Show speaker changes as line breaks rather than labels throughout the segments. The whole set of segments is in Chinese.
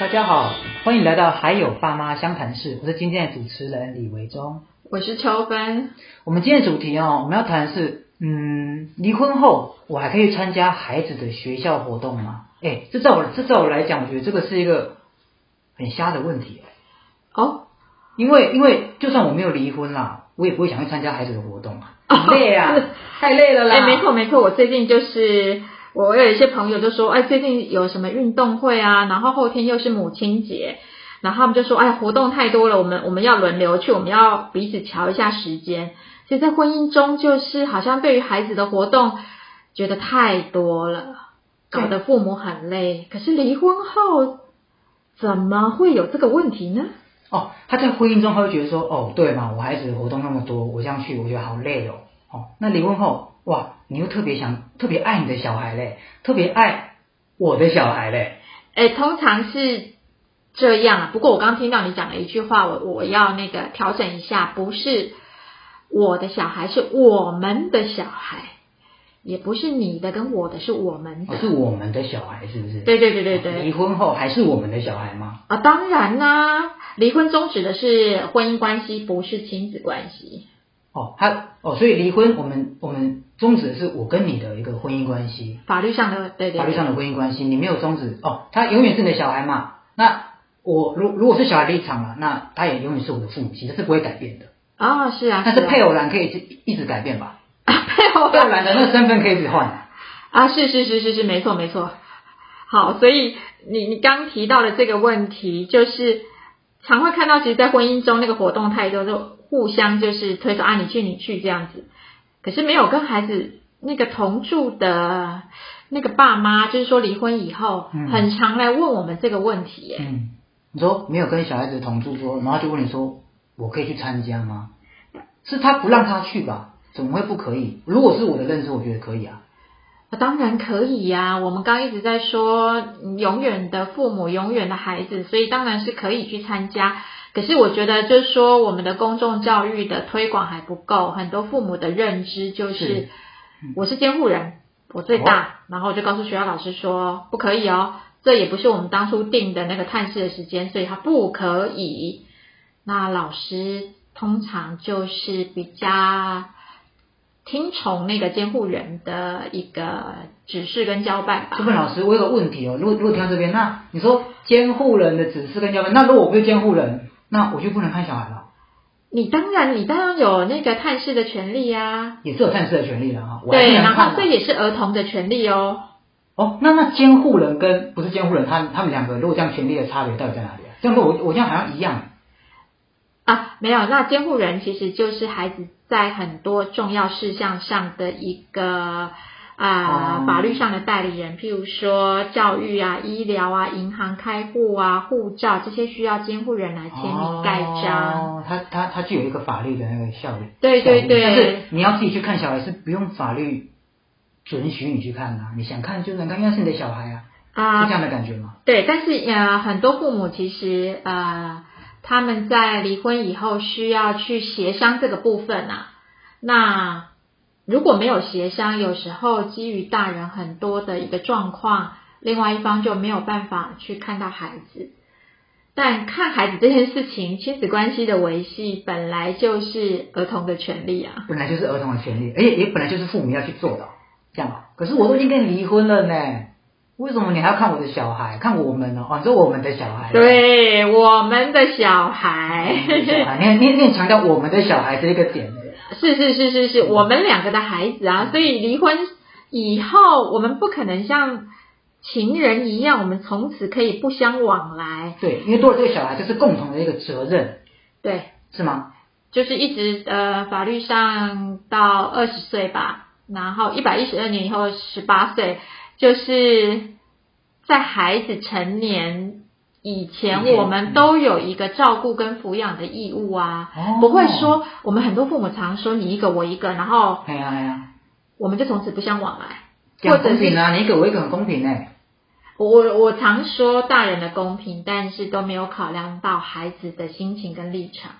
大家好，欢迎来到还有爸妈相谈室，我是今天的主持人李维忠。
我是秋芬，
我们今天的主题哦，我们要谈的是，嗯，离婚后我还可以参加孩子的学校活动吗？哎，这在我这在我来讲，我觉得这个是一个很瞎的问题，
哦，
因为因为就算我没有离婚啦，我也不会想去参加孩子的活动啊，很累啊， 太累了啦。
哦哎，没错没错，我最近就是我有一些朋友就说，哎，最近有什么运动会啊，然后后天又是母亲节，然后他们就说，哎，活动太多了，我们我们要轮流去，我们要彼此瞧一下时间。所以在婚姻中，就是好像对于孩子的活动觉得太多了，搞得父母很累。可是离婚后怎么会有这个问题呢？
哦，他在婚姻中他会觉得说，哦，对嘛，我孩子的活动那么多，我这样去我觉得好累哦。哦，那离婚后，哇，你又特别想特别爱你的小孩嘞，特别爱我的小孩嘞。
哎，通常是这样啊。不过我刚听到你讲了一句话，我我要那个调整一下，不是我的小孩，是我们的小孩，也不是你的跟我的，是我们
哦
的。
是我们的小孩是不是？哦
对对对对
离
对
婚后还是我们的小孩吗？
啊，当然啦、离婚终止的是婚姻关系，不是亲子关系。
哦，他哦，所以离婚我们我们终止的是我跟你的一个婚姻关系，
法律上的对对
法律
对
上的婚姻关系，你没有终止哦，他永远是你的小孩嘛。那我如如果是小孩的立场嘛，那他也永远是我的父母亲，这是不会改变的。
啊、是啊，
但是
啊
配偶啊栏可以一直一直改变吧？
配偶
配偶栏的那个身份可以一直换啊。
啊，是是是是是，没错没错。好，所以你你刚提到的这个问题，就是常会看到，其实，在婚姻中那个活动太多，就互相就是推说啊，你去你去这样子，可是没有跟孩子那个同住的那个爸妈，就是说离婚以后，
嗯
很常来问我们这个问题耶。
嗯，你说没有跟小孩子同住说，然后他就问你说，我可以去参加吗？是他不让他去吧？怎么会不可以？如果是我的认知，我觉得可以啊。
啊当然可以呀、我们刚一直在说嗯永远的父母，永远的孩子，所以当然是可以去参加。可是我觉得，就是说我们的公众教育的推广还不够，很多父母的认知就是是我是监护人，我最大，然后我就告诉学校老师说不可以哦，这也不是我们当初定的那个探视的时间，所以他不可以。那老师通常就是比较听从那个监护人的一个指示跟交办吧
这。份老师，我有个问题哦。如果如果听到这边，那你说监护人的指示跟教本，那如果我不是监护人，那我就不能看小孩了，
你当然，你当然有那个探视的权利呀、
也是有探视的权利了哈。我还
对，
是能
然
看
后
的
这也是儿童的权利哦。
哦，那那监护人跟不是监护人，他他们两个如果这样权利的差别到底在哪里啊？这样子我我这样好像一样。
啊，没有，那监护人其实就是孩子在很多重要事项上的一个啊、
哦
法律上的代理人，譬如说教育啊、医疗啊、银行开户啊、护照这些需要监护人来签名盖章。
哦，它它它具有一个法律的那个效力。
对对对
但是你要自己去看小孩是不用法律准许你去看的啊、你想看就能看，因为是你的小孩啊，是这
啊，
样的感觉吗？
对，但是呃，很多父母其实呃，他们在离婚以后需要去协商这个部分啊。那如果没有协商，有时候基于大人很多的一个状况，另外一方就没有办法去看到孩子。但看孩子这件事情，亲子关系的维系本来就是儿童的权利啊。
本来就是儿童的权利，而且也本来就是父母要去做的，这样吧。可是我都已经跟你离婚了呢，为什么你还要看我的小孩，看我们呢？哦，你说我们的小孩，
对我们的小孩，
啊我们的小孩，你你你很强调我们的小孩这一个点，
是是是是是，我们两个的孩子啊，所以离婚以后，我们不可能像情人一样，我们从此可以不相往来。
对，因为多了这个小孩，这是共同的一个责任，
对，
是吗？
就是一直呃，法律上到二十岁吧，然后一百一十二年以后十八岁，就是在孩子成年以
以
前，
前
我们都有一个照顾跟抚养的义务啊。
哦
不会，说，我们很多父母常说你一个我一个，然后
哎呀哎呀，
我们就从此不相往来。
这
或
样
者
公平
是
啊，你一个我一个很公平哎。
我我我常说大人的公平，但是都没有考量到孩子的心情跟立场，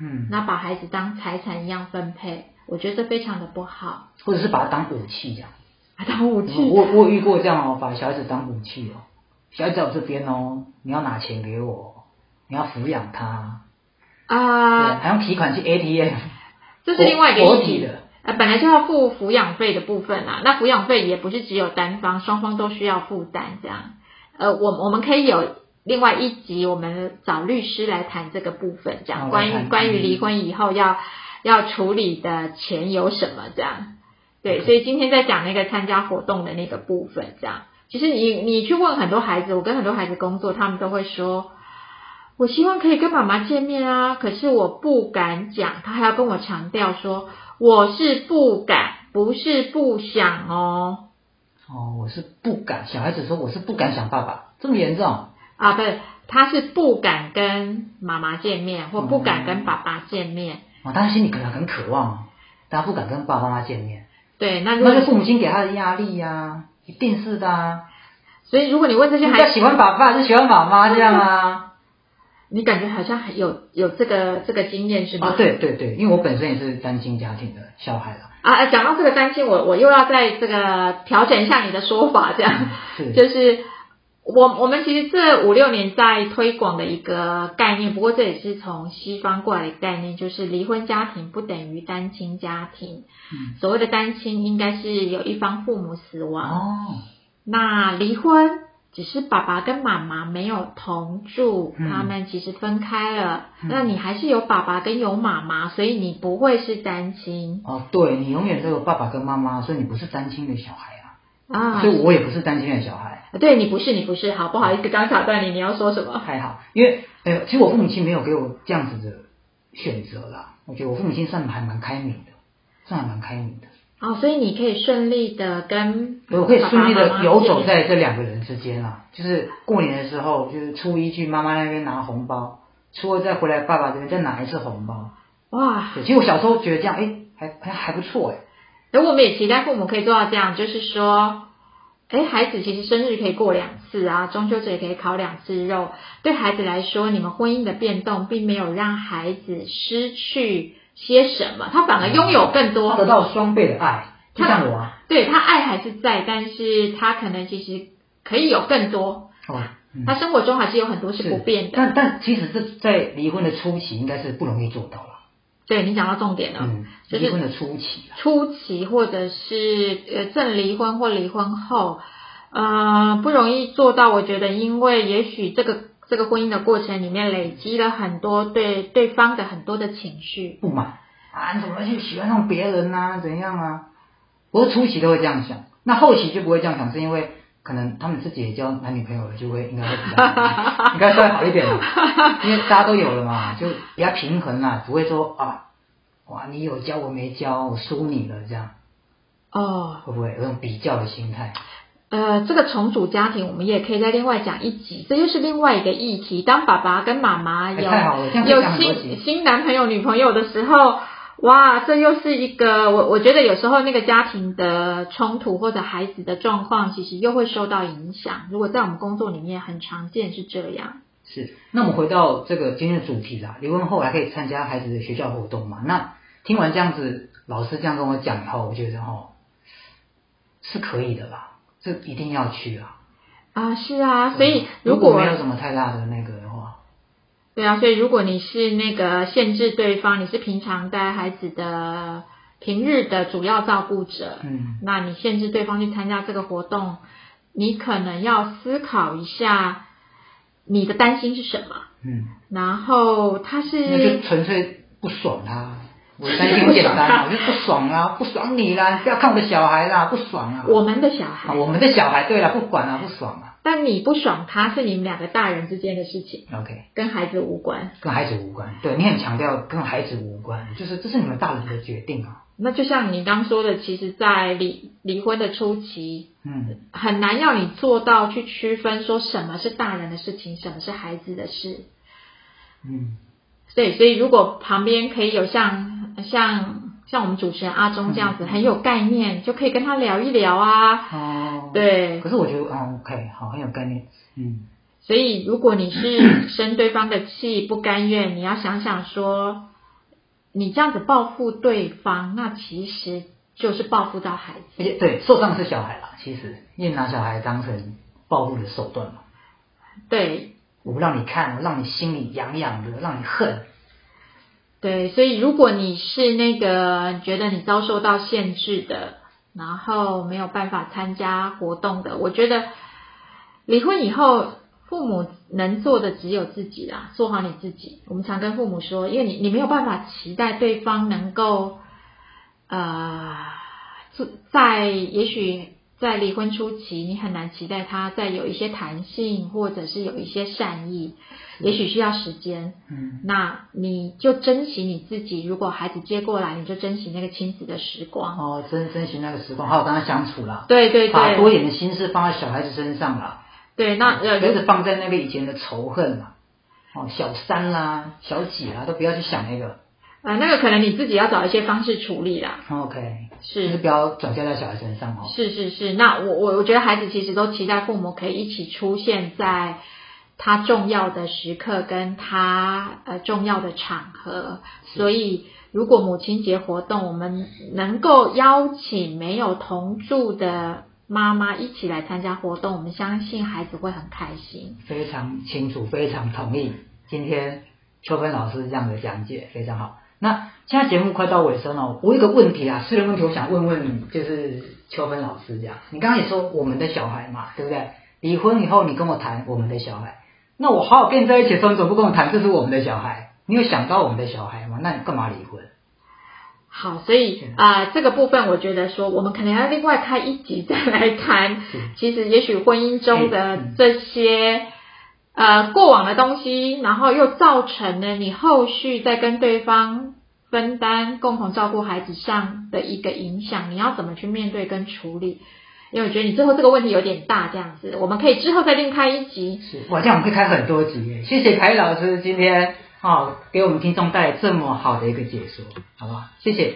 嗯，
那把孩子当财产一样分配，我觉得这非常的不好，啊
或者是把它当武器这样。嗯
把他当武器。
我我有遇过这样哦，把小孩子当武器哦，小孩在我这边哦，你要拿钱给我，你要抚养他，对，
啊，
还要提款去 ATM，
这是另外一个
国
议
国体
题
的。
呃，本来就要付抚养费的部分啊，那抚养费也不是只有单方，双方都需要负担这样。呃，我我们可以有另外一集，我们找律师来谈这个部分，这样
好
关
来
于
谈
关于
嗯
离婚以后要要处理的钱有什么这样。对，所以今天在讲那个参加活动的那个部分，这样。其实你你去问很多孩子，我跟很多孩子工作，他们都会说，我希望可以跟妈妈见面啊，可是我不敢讲，他还要跟我强调说我是不敢，不是不想哦。
哦，我是不敢，小孩子说我是不敢想爸爸，这么严重？
啊，不是，他是不敢跟妈妈见面，
嗯
或不敢跟爸爸见面。
哦，他心里可能很渴望啊，他不敢跟爸爸妈妈见面，
对，那如
那是
果
父母亲给他的压力呀、一定是的啊。
所以如果你问这些
比
孩
较
子，
喜欢爸爸还是喜欢妈妈这样啊？
你感觉好像很有有这个这个经验是吗？
哦，对对对，因为我本身也是单亲家庭的小孩 啦，
啊，啊讲到这个担心，我我又要在这个调整一下你的说法，这样。
是
就是我我们其实这五六年在推广的一个概念，不过这也是从西方过来的概念，就是离婚家庭不等于单亲家庭。
嗯
所谓的单亲，应该是有一方父母死亡，
哦，
那离婚。只是爸爸跟妈妈没有同住，
嗯
他们其实分开了。
嗯
那你还是有爸爸跟有妈妈，所以你不会是单亲
哦，对你永远都有爸爸跟妈妈，所以你不是单亲的小孩啊，
啊
所。以我也不是单亲的小孩，
对你不是，你不是，好不好意思，刚打断你，你要说什么？
还好，因为呃，其实我父母亲没有给我这样子的选择啦，我觉得我父母亲算还蛮开明的，算还蛮开明的，
哦，所以你可以顺利的跟
对我可以顺利
爸爸妈
的
妈
游走
见
在这两个人之间啦，就是过年的时候，就是初一去妈妈那边拿红包，初二再回来爸爸这边再拿一次红包。
哇！
对，其实我小时候觉得这样，哎，还还还不错哎。
哎，我们也期待父母可以做到这样，就是说，哎，孩子其实生日可以过两次啊，中秋节可以烤两次肉。对孩子来说，你们婚姻的变动并没有让孩子失去些什么，他反而拥有更
他
多。
得到双倍的爱，就像我啊，
对他爱还是在，但是他可能其实可以有更多，
哦，嗯，
他生活中还是有很多是不变的。
哦但但其实这在离婚的初期应该是不容易做到了，
对你讲到重点了。
嗯，
就是
离婚的初期啦，
初期或者是呃正离婚或离婚后，呃不容易做到。我觉得，因为也许这个这个婚姻的过程里面累积了很多对对方的很多的情绪。
不满啊，你怎么去喜欢上别人啊，怎样啊？不是初期都会这样想，那后期就不会这样想，是因为可能他们自己也交男女朋友了，就会应该会比较好 应该稍微好一点嘛，因为大家都有了嘛，就比较平衡啦，不会说啊，哇，你有交我没交，我输你了这样。
哦，
会不会有种比较的心态？
呃，这个重组家庭我们也可以再另外讲一集，这又是另外一个议题。当爸爸跟妈妈
哎
有
太好了，这样可以
有
讲很多
新
集。
新男朋友、女朋友的时候，哇，这又是一个我我觉得有时候那个家庭的冲突或者孩子的状况，其实又会受到影响。如果在我们工作里面很常见是这样，
是，那我们回到这个今天的主题啦。离婚后还可以参加孩子的学校活动嘛？那听完这样子，老师这样跟我讲以后，我觉得哦，是可以的啦，这一定要去啊。
啊，是啊，所以
嗯
如
如
果
没有什么太大的那个的话，
对啊，所以如果你是那个限制对方，你是平常带孩子的平日的主要照顾者，
嗯，
那你限制对方去参加这个活动，你可能要思考一下你的担心是什么。
嗯，
然后他
那
是
就纯粹不爽他、我的担心很简单 啊，我就不爽啊，不爽你啦，不要看我的小孩啦，不爽啊。
我们的小
啊，
孩，
我们的小孩，对了，不管啊，不爽啊。
但你不爽他是你们两个大人之间的事情，
OK。
跟孩子无关。
跟孩子无关。对你很强调跟孩子无关，就是这是你们大人的决定啊。
那就像你刚说的，其实，在离离婚的初期，
嗯，
很难要你做到去区分说什么是大人的事情，什么是孩子的事。
嗯，
对，所以如果旁边可以有像像像我们主持人阿忠这样子很有概念，就可以跟他聊一聊啊。
哦，。
对，
可是我觉得，哦，OK，好，很有概念。嗯，
所以，如果你是生对方的气，不甘愿，你要想想说，你这样子报复对方，那其实就是报复到孩
而
子。
且对，受伤的是小孩啦，其实因为拿小孩当成报复的手段嘛。
对
我让你看，我让你心里痒痒的，让你恨。
对，所以如果你是那个觉得你遭受到限制的，然后没有办法参加活动的，我觉得离婚以后，父母能做的只有自己啦，做好你自己。我们常跟父母说，因为你你没有办法期待对方能够，呃，做在也许在离婚初期，你很难期待他再有一些弹性，或者是有一些善意，也许需要时间。
嗯，
那你就珍惜你自己，如果孩子接过来，你就珍惜那个亲子的时光。
哦，珍珍惜那个时光，好好跟他相处啦，
对对
把多
对，
一点的心思放在小孩子身上啦，
对，那呃，
不要一
如
直放在那个以前的仇恨啦，哦，小三啦、小几啦，都不要去想那个。
呃，那个可能你自己要找一些方式处理啦。
哦 OK，就是
是
不要转嫁在小孩身上哦。
是是是，那我我我觉得孩子其实都期待父母可以一起出现在他重要的时刻跟他呃重要的场合，所以如果母亲节活动，我们能够邀请没有同住的妈妈一起来参加活动，我们相信孩子会很开心。
非常清楚，非常同意。今天秋芬老师这样的讲解非常好。那现在节目快到尾声了，我有一个问题啊，私人问题，我想问问就是秋芬老师这样，你刚刚也说我们的小孩嘛，对不对？离婚以后你跟我谈我们的小孩，那我好好跟你在一起的时候，你总不跟我谈这是我们的小孩，你有想到我们的小孩吗？那你干嘛离婚？
好，所以啊、呃这个部分我觉得说，我们可能要另外开一集再来谈。其实，也许婚姻中的这些呃过往的东西，然后又造成了你后续在跟对方分担共同照顾孩子上的一个影响，你要怎么去面对跟处理？因为我觉得你最后这个问题有点大，这样子，我们可以之后再另开一集。
是，哇，这样我们可以开很多集耶。谢谢凯老师今天哦，给我们听众带来这么好的一个解说，好不好？谢谢。